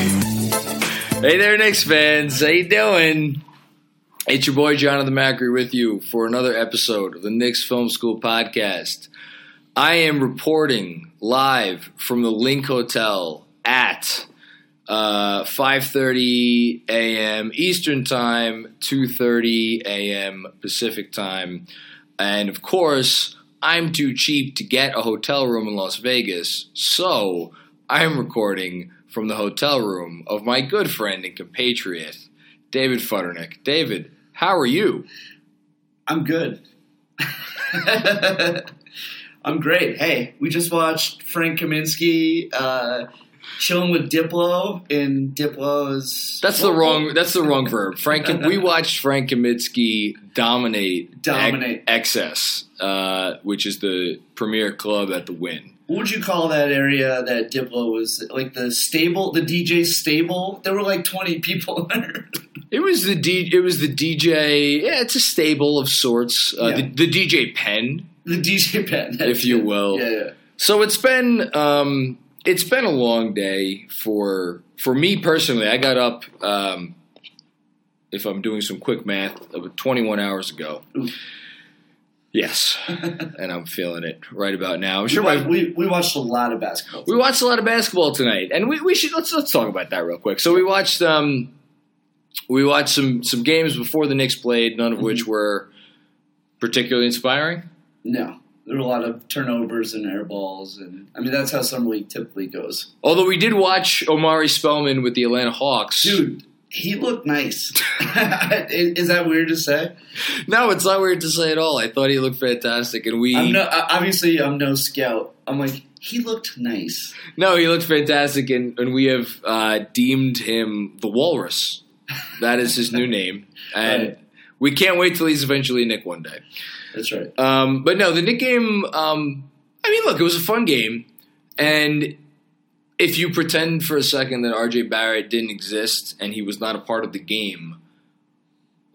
Hey there, Knicks fans. How you doing? It's your boy Jonathan Macri with you for another episode of the Knicks Film School podcast. I am reporting live from the Link Hotel at uh, 5:30 a.m. Eastern Time, 2:30 a.m. Pacific Time, and of course, I'm too cheap to get a hotel room in Las Vegas, so I'm recording from the hotel room of my good friend and compatriot, David Futternick. David, how are you? I'm good. I'm great. Hey, we just watched Frank Kaminsky uh, chilling with Diplo in Diplo's. That's the wrong. That's the wrong verb. Frank, we watched Frank Kaminsky dominate, Dominate. excess, uh, which is the premier club at the Win. What would you call that area that Diplo was like the stable, the DJ stable? There were like 20 people there. It was the D, It was the DJ. Yeah, it's a stable of sorts. Uh, Yeah. the, the DJ pen, the DJ pen, if you will. Yeah, yeah. So it's been um, it's been a long day for for me personally. I got up, um, if I'm doing some quick math, about 21 hours ago. Yes, and I'm feeling it right about now. I'm We, sure wa- my, we, we watched a lot of basketball. we watched a lot of basketball tonight, and we, we should let's let's talk about that real quick. So we watched um, we watched some some games before the Knicks played, none of which were particularly inspiring. No, there were a lot of turnovers and air balls, and I mean that's how summer league typically goes. Although we did watch Omari Spellman with the Atlanta Hawks, Dude, he looked nice. is, is that weird to say? No, it's not weird to say at all. I thought he looked fantastic, and we I'm no, I- obviously I'm no scout. I'm like he looked nice. no, he looked fantastic, and, and we have uh, deemed him the Walrus. That is his new name, and Right. we can't wait till he's eventually a Nick one day. That's right. Um, but no, the Nick game. Um, I mean, look, it was a fun game, and if you pretend for a second that RJ Barrett didn't exist and he was not a part of the game,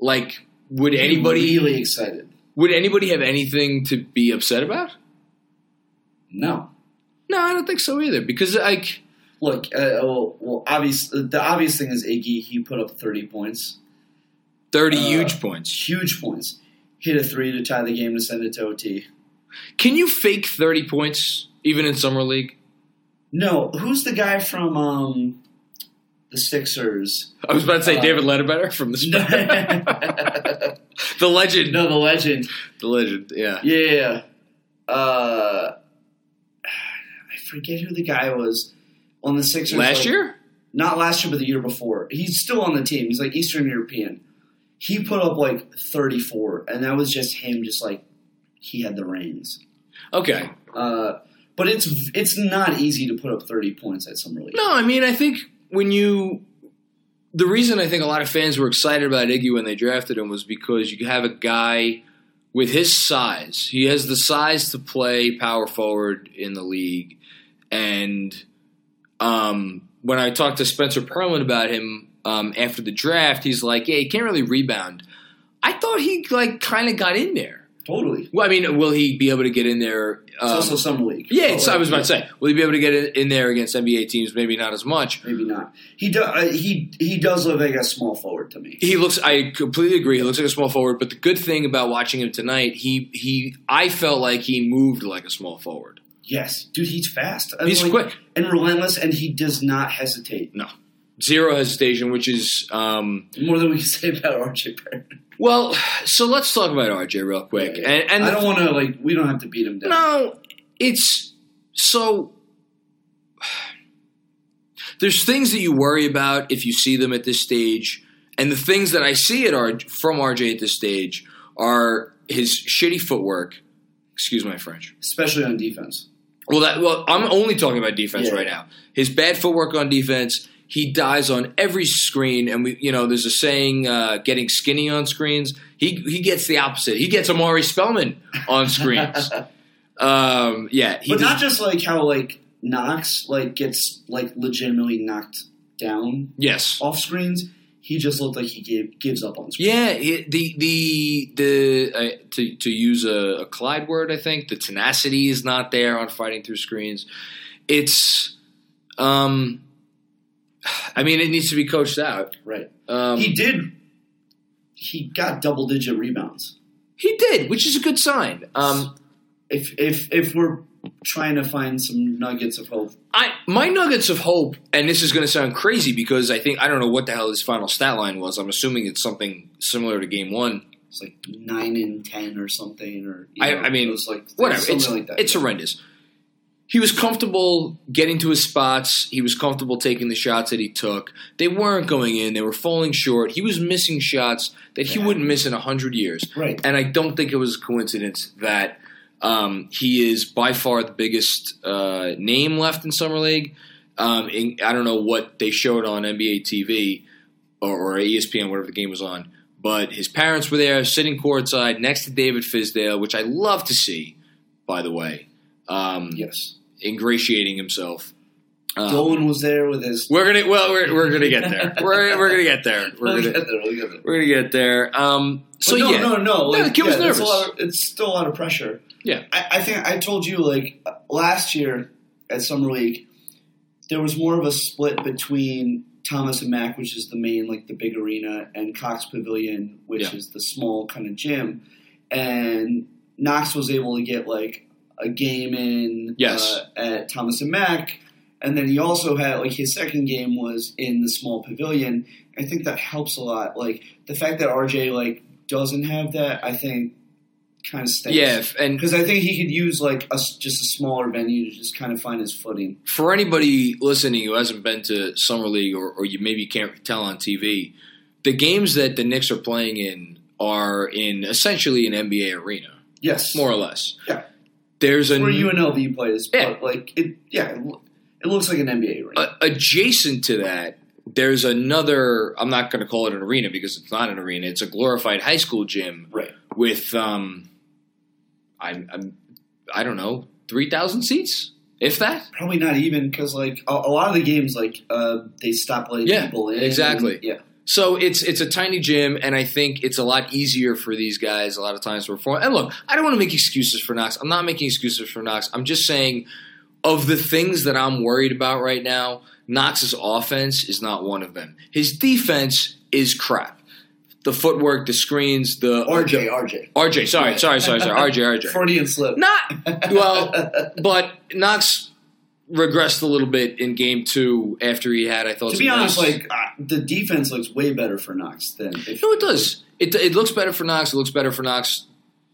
like would anybody really excited? would anybody have anything to be upset about? No. No, I don't think so either. Because like, Look, uh, well, well, obvious. uh, The obvious thing is Iggy. He put up 30 points, thirty huge points. huge points. Hit a three to tie the game to send it to OT. Can you fake thirty points even in summer league? No, who's the guy from um, the Sixers? I was about to say David Ledbetter from the no, Spurs. the legend, the legend. the legend. Yeah, Yeah, yeah, yeah. Uh, I forget who the guy was on the Sixers last like- year. Not last year, but the year before. He's still on the team. He's like Eastern European. He put up like 34, and that was just him. Just like he had the reins. Okay. Uh, but it's it's not easy to put up 30 points at summer league. No, I mean I think when you the reason I think a lot of fans were excited about Iggy when they drafted him was because you have a guy with his size. He has the size to play power forward in the league. And um, when I talked to Spencer Perlin about him um, after the draft, he's like, "Yeah, he can't really rebound." I thought he like kind of got in there. Totally. It's Well, I mean, will he be able to get in there? um, also summer league. yeah, it's, But, I was like, about to say, will he be able to get in- in there against NBA teams? Maybe not as much. Maybe not. He do, uh, he he does look like a small forward to me. He looks. I completely agree. He looks like a small forward. But the good thing about watching him tonight, he he, I felt like he moved like a small forward. Yes, dude, he's fast. I He's like- quick. and relentless, and he does not hesitate. No, zero hesitation, which is um. More than we can say about RJ Barrett. Well, so let's talk about RJ real quick. And, and I don't want to like. We don't have to beat him down. no, it's So there's things that you worry about if you see them at this stage, and the things that I see at R- from RJ at this stage are his shitty footwork. Excuse my French. especially on defense. Well, that well, I'm only talking about defense Yeah. right now. His bad footwork on defense. He dies on every screen, and we, you know, there's a saying, uh, "Getting skinny on screens." He he gets the opposite. He gets Amari Spellman on screens. um, yeah, he but does- not just like how like Knox like gets like legitimately knocked down yes. off screens. He just looked like he gave, gives up on screens. Yeah, it, the the the uh, to to use a, a Clyde word, I think the tenacity is not there on fighting through screens. It's, um, I mean, it needs to be coached out. Right. Um, he did. He got double digit rebounds. he did, which is a good sign. Um, If if if we're trying to find some nuggets of hope, I my nuggets of hope, and this is going to sound crazy because I think I don't know what the hell his final stat line was. I'm assuming it's something similar to game one. it's like nine and ten or something, or you I- know, I mean, it was like whatever. something It's, like that. it's horrendous. He was comfortable getting to his spots. He was comfortable taking the shots that he took. They weren't going in. They were falling short. He was missing shots that he wouldn't miss in a hundred years. Right. And I don't think it was a coincidence that um, he is by far the biggest uh, name left in summer league. Um, in, I don't know what they showed on NBA TV or, E or ESPN, whatever the game was on. But his parents were there, sitting courtside next to David Fizdale, which I love to see. By the way, um, yes. ingratiating himself. Um, Dolan was there with his. we're gonna well, we're, we're gonna get there. We're, we're gonna get there. We're We'll get gonna there, Oh, we'll get there. we're gonna get there. Um, so But no, yeah, no, no, like, the kid was yeah, that's a nervous. lot of- it's still a lot of pressure. yeah, I, I think I told you like uh, last year at summer league, there was more of a split between Thomas and Mac, which is the main like the big arena, and Cox Pavilion, which Yeah. is the small kind of gym. And Knox was able to get like a game in Yes. uh, at Thomas and Mac, and then he also had like his second game was in the small pavilion. I think that helps a lot. Like the fact that RJ like doesn't have that, I think kind of stinks yeah, f- and because I think he could use like a, s- just a smaller venue to just kind of find his footing. for anybody listening who hasn't been to summer league or, or you maybe can't tell on TV, the games that the Knicks are playing in are in essentially an NBA arena, Yes, more or less. Yeah. There's a where UNLV plays, Yeah. but like it, yeah, Uh, it lo- it looks like an NBA ring. a- adjacent to that, there's another. I'm not going to call it an arena because it's not an arena. It's a glorified high school gym right? with um, I'm, I'm I don't know, three thousand seats, if that. Probably not even because like a, a lot of the games, like uh, they stop letting Yeah, people in. exactly. Yeah, So it's it's a tiny gym, and I think it's a lot easier for these guys a lot of times to perform. And look, I don't want to make excuses for Knox. I'm not making excuses for Knox. I'm just saying of the things that I'm worried about right now, Knox's offense is not one of them. His defense is crap. The footwork, the screens, the RJ, RJ, RJ. Sorry, sorry, sorry, sorry. RJ, RJ. Freudian slip. Not well, but Knox regressed a little bit in game two after he had. I thought to some be honest, nice- like uh, the defense looks way better for Knox than if No, it does. It, it looks better for Knox. It looks better for Knox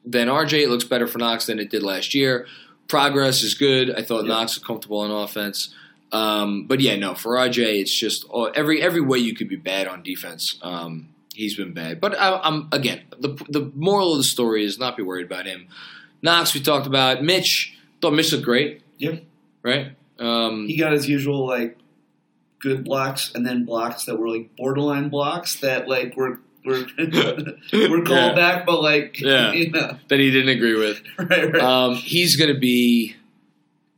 than RJ. It looks better for Knox than it did last year. Progress is good. I thought Knox was comfortable on offense. Um, but yeah, no, for RJ, it's just all, every every way you could be bad on defense. Um, he's been bad. But I, I'm again the the moral of the story is not be worried about him. Knox, we talked about Mitch. Thought Mitch looked great, yeah. right? Um, he got his usual like good blocks and then blocks that were like borderline blocks that like were were were called Yeah. back, but like Yeah. you know, that he didn't agree with. right, right. Um, he's going to be,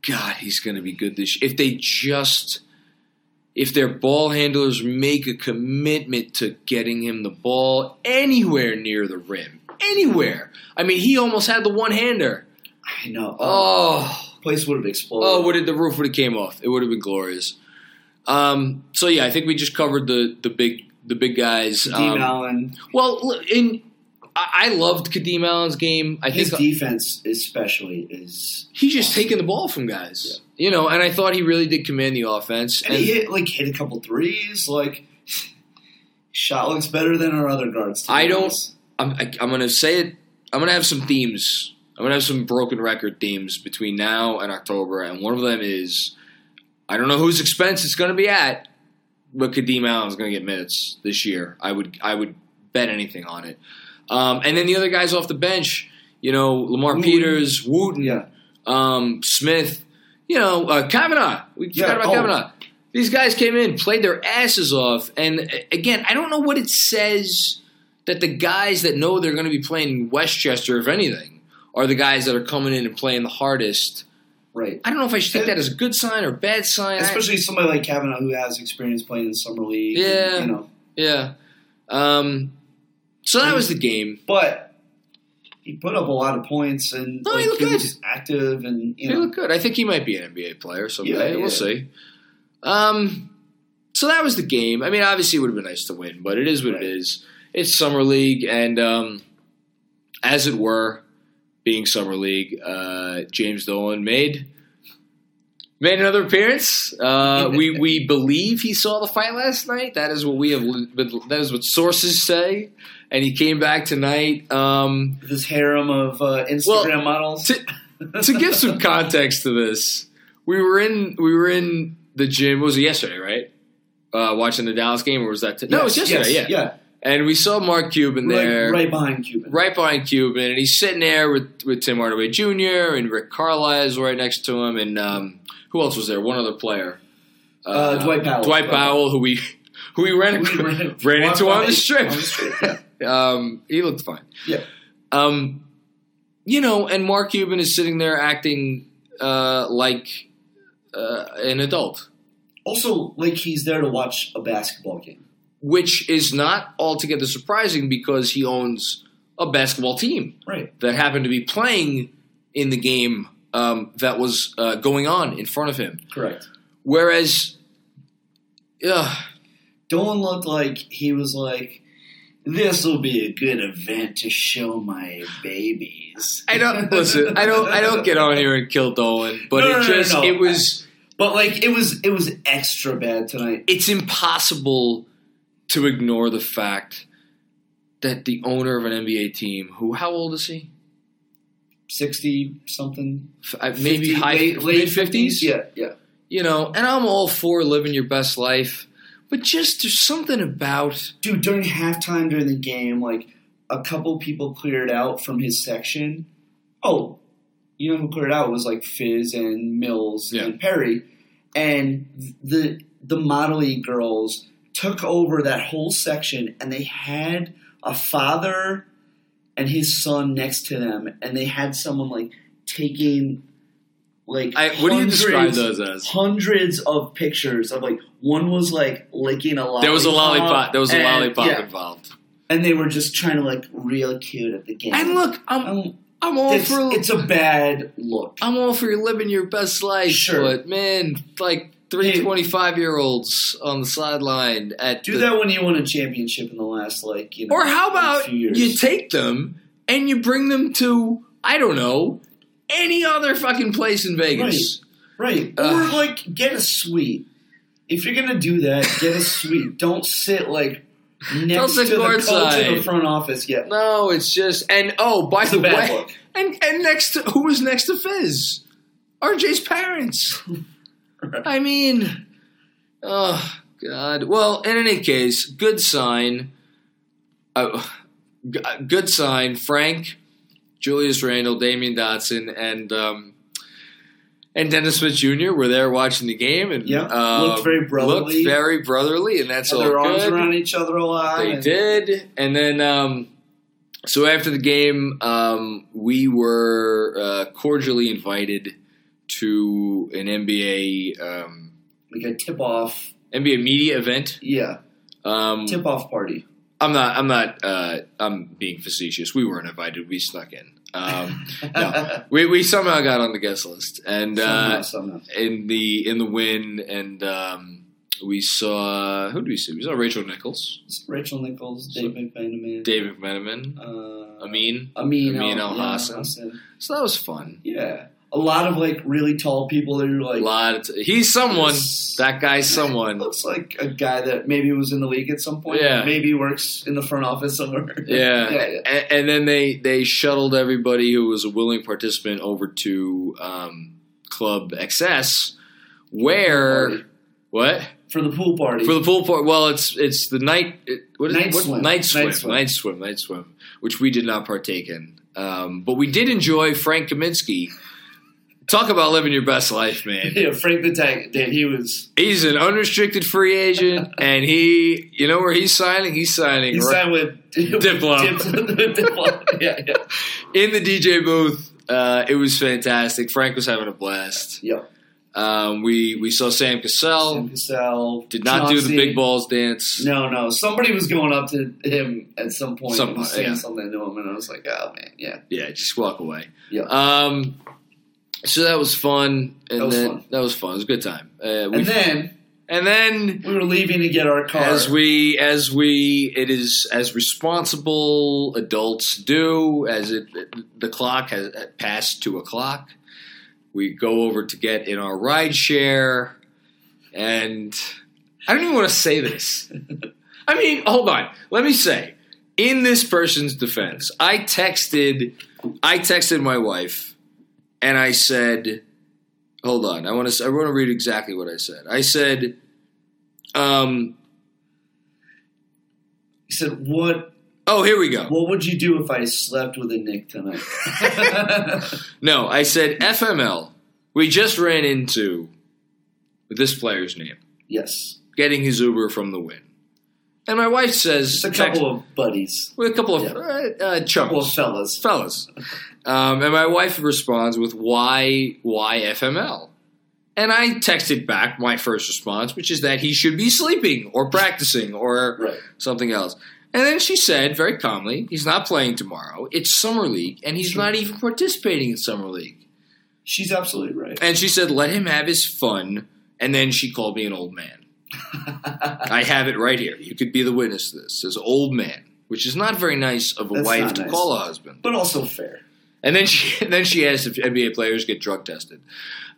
God, he's going to be good this year. If they just, if their ball handlers make a commitment to getting him the ball anywhere near the rim, anywhere. I mean, he almost had the one hander. I know. Oh, Oh, place would have exploded. uh, oh, would it, the roof would have came off. It would have been glorious. Um, so yeah, I think we just covered the the big the big guys. Dean Um, Allen, well, l- in I I loved Kadeem Allen's game. I his think uh, defense especially is, he's just taking the ball from guys. You know, and I thought he really did command the offense. and, And he hit like hit a couple threes. Like shot looks better than our other guards. to be I don't- honest. I'm, I, I'm going to say it. I'm going to have some themes I'm gonna have some broken record themes between now and October, and one of them is I don't know whose expense it's gonna be at, but Kadeem Allen's gonna get minutes this year. I would I would bet anything on it. Um, and then the other guys off the bench, you know, Lamar Wooten. Peters, Wooten, Yeah. um, Smith, you know, uh, Kavanaugh. We Yeah, forgot about oh. Kavanaugh. These guys came in, played their asses off, and uh, again, I don't know what it says that the guys that know they're going to be playing in Westchester, if anything, are the guys that are coming in and playing the hardest. Right. I don't know if I should take that as a good sign or a bad sign. I- Especially somebody like Kavanaugh who has experience playing in summer league. and, Yeah. you know. yeah. Um, so that was the game. But he put up a lot of points and No, he like, looked good. was active and He you know looked good. I think he might be an NBA player someday. Yeah, yeah. We'll see. Um, so that was the game. I mean, obviously, it would have been nice to win, but it is what Right. it is. It's summer league, and um, as it were, being summer league, uh, James Dolan made made another appearance. Uh, we we believe he saw the fight last night. That is what we have. That is what sources say. And he came back tonight. Um, this harem of uh, Well, Instagram models. to, to give some context to this, we were in we were in the gym. What was it yesterday? Right, uh, watching the Dallas game, or was that? T- no, it was Yes, yesterday. yes, yeah. and we saw Mark Cuban Right- there, Right, behind Cuban. right behind Cuban, and he's sitting there with with Tim Hardaway Jr. and Rick Carlisle is right next to him, and um, who else was there? One other player, uh, Dwight Powell. Dwight Powell, who we who we ran, We ran- ran into on the strip. On the strip, yeah. um, he looked fine. Yeah. Um, you know, and Mark Cuban is sitting there acting uh, like uh, an adult, Also, like he's there to watch a basketball game. which is not altogether surprising because he owns a basketball team Right. that happened to be playing in the game um, that was uh, going on in front of him. Correct. Whereas, uh, Dolan looked like he was like, "This will be a good event to show my babies." I don't listen. I don't. I don't get on here and kill Dolan, but No, it no, no, just no. it was. But like, it was it was extra bad tonight. it's impossible to ignore the fact that the owner of an NBA team, who how old is he? Sixty something, F- uh, Maybe 50, high late- late mid fifties. Yeah, yeah. you know. And I'm all for living your best life, but just there's something about Dude, during halftime during the game, like a couple people cleared out from his section. Oh, you know who cleared out was like Fizz and Mills Yeah. and Perry, and the the modelly girls took over that whole section, and they had a father and his son next to them, and they had someone like taking like I, what do you describe hundreds- those as? hundreds of pictures of like one was like licking a lollipop. There was a lollipop. There was a and- lollipop yeah, involved. and they were just trying to like real cute at the game. And look, I'm Um, I'm all it's, for it's a bad look. I'm all for you living your best life, Sure. but man, like three Hey. 25 year olds on the sideline at Do the, that when you won a championship in the last like you know. Or how about few years. you take them and you bring them to I don't know any other fucking place in Vegas? right Ugh. or like get a suite. If you're gonna do that, get a suite. Don't sit like next sit to the coach in courtside. the front office yet. No, it's just and oh by It's the a bad way, look. and and next to who was next to Fizz? RJ's parents. I mean, oh god. Well, in any case, good sign. Uh, g- good sign. Frank, Julius Randle, Damian Dotson, and um, and Dennis Smith Jr. were there watching the game, and Yeah, uh, looked very brotherly. looked very brotherly, and that's Had all their arms good. around each other a lot. They and- did, and then um, so after the game, um, we were uh, cordially invited to an NBA um, like a tip off. NBA media event. Yeah, Um, tip off party. I'm not. I'm not. Uh, I'm being facetious. We weren't invited. We snuck in. Um, no, we, we somehow got on the guest list, and somehow, uh, somehow. in the in the win, and um, we saw who do we see? We saw Rachel Nichols, Rachel Nichols, Dave McMenamin, David McMenamin, uh, Amin. Amin, Amin Al- Al-Hassan. Hassan. So that was fun. Yeah, a lot of like really tall people that are A like lot. Of t- he's someone. That guy's someone. looks like a guy that maybe was in the league at some point. Yeah. maybe works in the front office somewhere. Yeah. yeah, yeah. And, and then they they shuttled everybody who was a willing participant over to um, Club XS, where what for the pool party. for the pool part? Well, it's it's the night. It, what is Night it? What- Night swim. Night swim. swim. Night swim. Night swim. Which we did not partake in, um, but we did enjoy Frank Kaminsky. Talk about living your best life, man. yeah, Frank the Tank. Damn, he was. He's an unrestricted free agent, and he, you know where he's signing? He's signing He right signed with Diplo. Diplo. Diplo. Yeah, yeah, in the DJ booth. Uh, it was fantastic. Frank was having a blast. yep. Um, we we saw Sam Cassell. Sam Cassell Did not do the Chauncey. big balls dance. No, no. Somebody was going up to him at some point Somebody, and saying yeah. something to him, and I was like, "Oh man, yeah, Yeah, just walk away. yeah." Um, so that was fun. And That was then, fun. That was fun. It was a good time. Uh, we, and then and then we were leaving to get our car. As we, as we, it is as responsible adults do. As it, the clock has passed two o'clock, we go over to get in our ride share, and I don't even want to say this. I mean, hold on. Let me say, in this person's defense, I texted, I texted my wife, and I said, "Hold on, I want to, I want to read exactly what I said." I said. Um, he said, "What? Oh, here we go. What would you do if I slept with a Nick tonight?" No, I said FML. We just ran into this player's name, yes, getting his Uber from the win. And my wife says, just a text- couple of buddies, with a couple of Yeah. uh, uh, a couple of chumps, fellas. fellas. Um, and my wife responds with, "Why, why FML?" And I texted back my first response, which is that he should be sleeping or practicing or Right. something else. And then she said very calmly, "He's not playing tomorrow. It's summer league, and he's not even participating in summer league." She's absolutely right. And she said, let him have his fun. And then she called me an old man. I have it right here. You could be the witness to this. Says old man, which is not very nice of a That's wife not to nice. call a husband. But also fair. And then she and then she asked if NBA players get drug tested,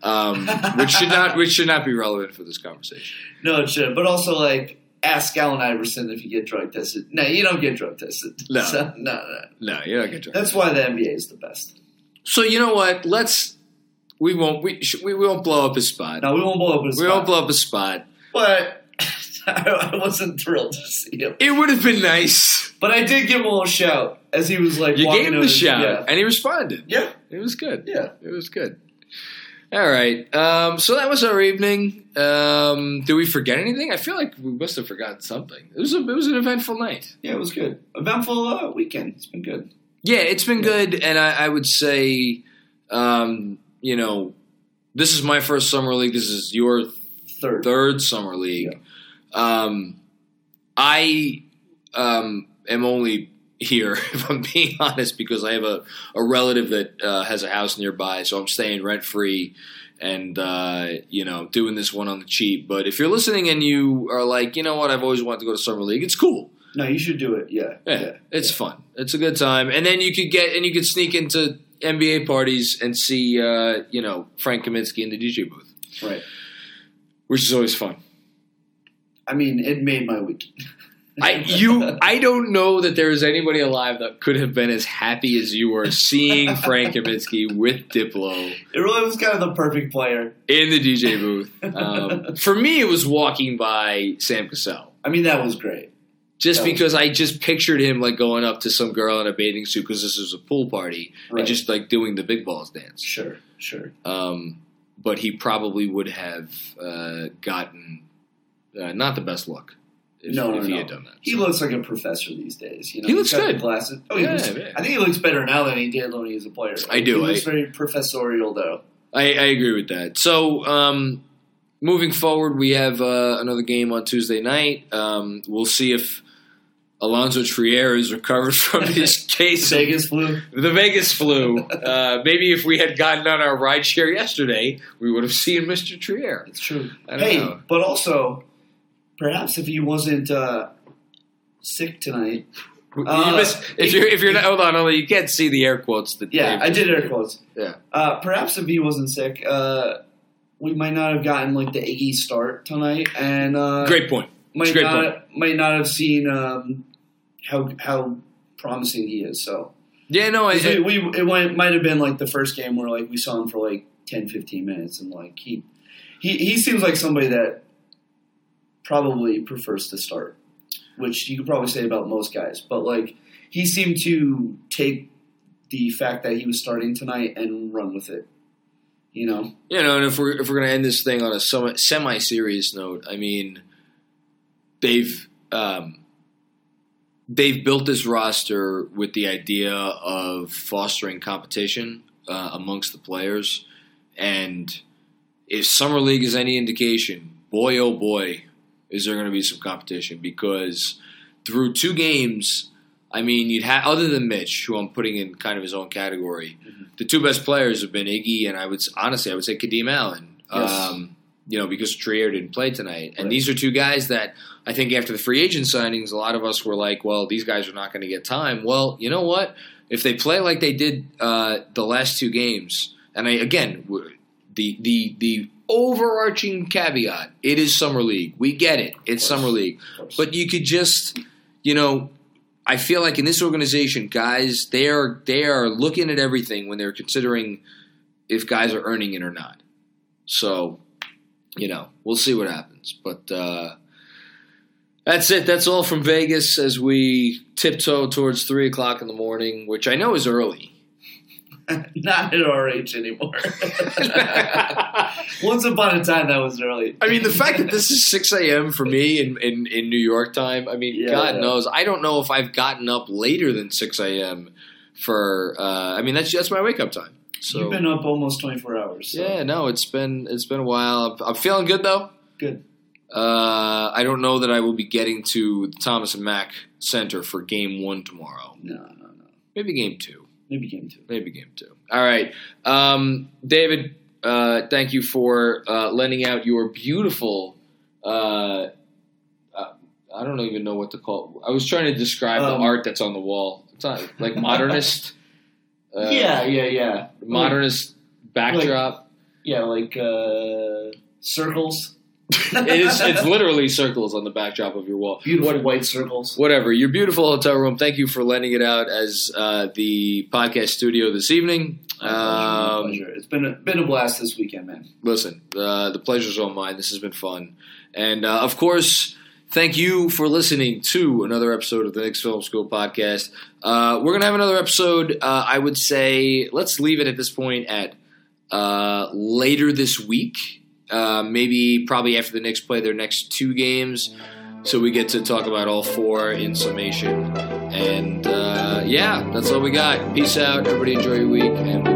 um, which should not which should not be relevant for this conversation. No, it should. But also, like, ask Allen Iverson if you get drug tested. No, you don't get drug tested. No. So, no, no. No, you don't get drug. That's why the NBA is the best. So you know what? Let's we won't we sh- we won't blow up his spot. No, we won't blow up his we won't spot. blow up his spot. But I, I wasn't thrilled to see him. It would have been nice. But I did give him a little shout as he was, like, You walking gave him over the to- shout, Yeah. and he responded. yeah, It was good. Yeah. it was good. All right. Um, so that was our evening. Um, did we forget anything? I feel like we must have forgotten something. It was a, it was an eventful night. yeah, it was good. Eventful uh, weekend. It's been good. Yeah, it's been good, and I, I would say, um, you know, this is my first summer league. This is your Third. third summer league. Um, I um, am only here, if I'm being honest, because I have a, a relative that uh, has a house nearby, so I'm staying rent free and uh, you know doing this one on the cheap. But if you're listening and you are like, you know what, I've always wanted to go to summer league, it's cool. No, you should do it. Yeah. Yeah, yeah. it's fun. It's a good time, and then you could get and you could sneak into NBA parties and see uh, you know Frank Kaminsky in the DJ booth, Right. which is always fun. I mean, it made my week. I you I don't know that there is anybody alive that could have been as happy as you were seeing Frank Kaminsky with Diplo It really was kind of the perfect player. in the DJ booth. Um, for me, it was walking by Sam Cassell. I mean, that was great. Just That was- because I just pictured him like going up to some girl in a bathing suit because this was a pool party Right. and just like doing the big balls dance. Sure, sure. Um, but he probably would have uh, gotten uh, not the best look if, no, no, if he no. had done that. He looks like a professor these days. You know, He He's looks got the good. Glasses. Oh, he Yeah, looks- yeah. I think he looks better now than he did when he was a player. I do, He looks I- very professorial, though. I, I agree with that. So, um, moving forward, we have uh, another game on Tuesday night. Um, we'll see if Alonzo Trier is recovered from his case of Vegas flu. the Vegas flu. Uh, maybe if we had gotten on our ride share yesterday, we would have seen Mr. Trier. It's true. I don't hey, know. but also, perhaps if he wasn't uh, sick tonight, you miss, if you're if you're not hold on, hold on, you can't see the air quotes that Yeah, Dave I just did air quotes. Yeah. Uh, perhaps if he wasn't sick, uh, we might not have gotten like the Iggy start tonight, and uh, Great point. It's a might great not point. might not have seen um, how how promising he is. So Yeah, no, I, 'Cause we, we it might, might have been like the first game where like we saw him for like 10, 15 minutes, and like he he he seems like somebody that probably prefers to start, which you could probably say about most guys, but like he seemed to take the fact that he was starting tonight and run with it. You know, you know, and if we're if we're gonna end this thing on a semi serious note, I mean, they've um, they've built this roster with the idea of fostering competition uh, amongst the players, and if summer league is any indication, boy oh boy, is there going to be some competition because through two games. I mean, you'd have other than Mitch, who I'm putting in kind of his own category. Mm-hmm. The two best players have been Iggy and I would honestly I would say Kadeem Allen. Yes. Um, you know, because Trier didn't play tonight, and Right. these are two guys that I think after the free agent signings, a lot of us were like, "Well, these guys are not going to get time." Well, you know what? If they play like they did uh, the last two games, and I again w- the the the overarching caveat, it is summer league. We get it. It's summer league, but you could just you know I feel like in this organization, guys, they are they are looking at everything when they're considering if guys are earning it or not. So, you know, we'll see what happens. But uh, that's it. That's all from Vegas as we tiptoe towards three o'clock in the morning, which I know is early. not at our age anymore. Once upon a time, that was early. I mean, the fact that this is 6 a.m. for me in, in, in New York time, I mean, Yeah, God yeah. knows. I don't know if I've gotten up later than 6 a.m. for, uh, I mean, that's that's my wake up time. So You've been up almost twenty four hours. So Yeah, no, it's been it's been a while. I'm, I'm feeling good though. good. Uh, I don't know that I will be getting to the Thomas and Mack Center for Game One tomorrow. No, no, no. Maybe Game Two. Maybe game two. Maybe Game Two. All right, um, David. Uh, thank you for uh, lending out your beautiful. Uh, uh, I don't even know what to call. I was trying to describe Um, the art that's on the wall. It's not like modernist. uh, yeah, yeah, yeah. modernist backdrop. Yeah, like uh, circles. it is it's literally circles on the backdrop of your wall. beautiful white circles. Whatever. Your beautiful hotel room. Thank you for lending it out as uh, the podcast studio this evening. My Um, pleasure. It's been a been a blast this weekend, man. listen, uh, the pleasure's all mine. This has been fun. And uh, of course, thank you for listening to another episode of the Knicks Film School podcast. Uh, we're going to have another episode. Uh, I would say let's leave it at this point at uh, later this week. Uh, maybe probably after the Knicks play their next two games. So we get to talk about all four in summation. And uh, yeah, that's all we got. Peace out. Everybody enjoy your week. And we'll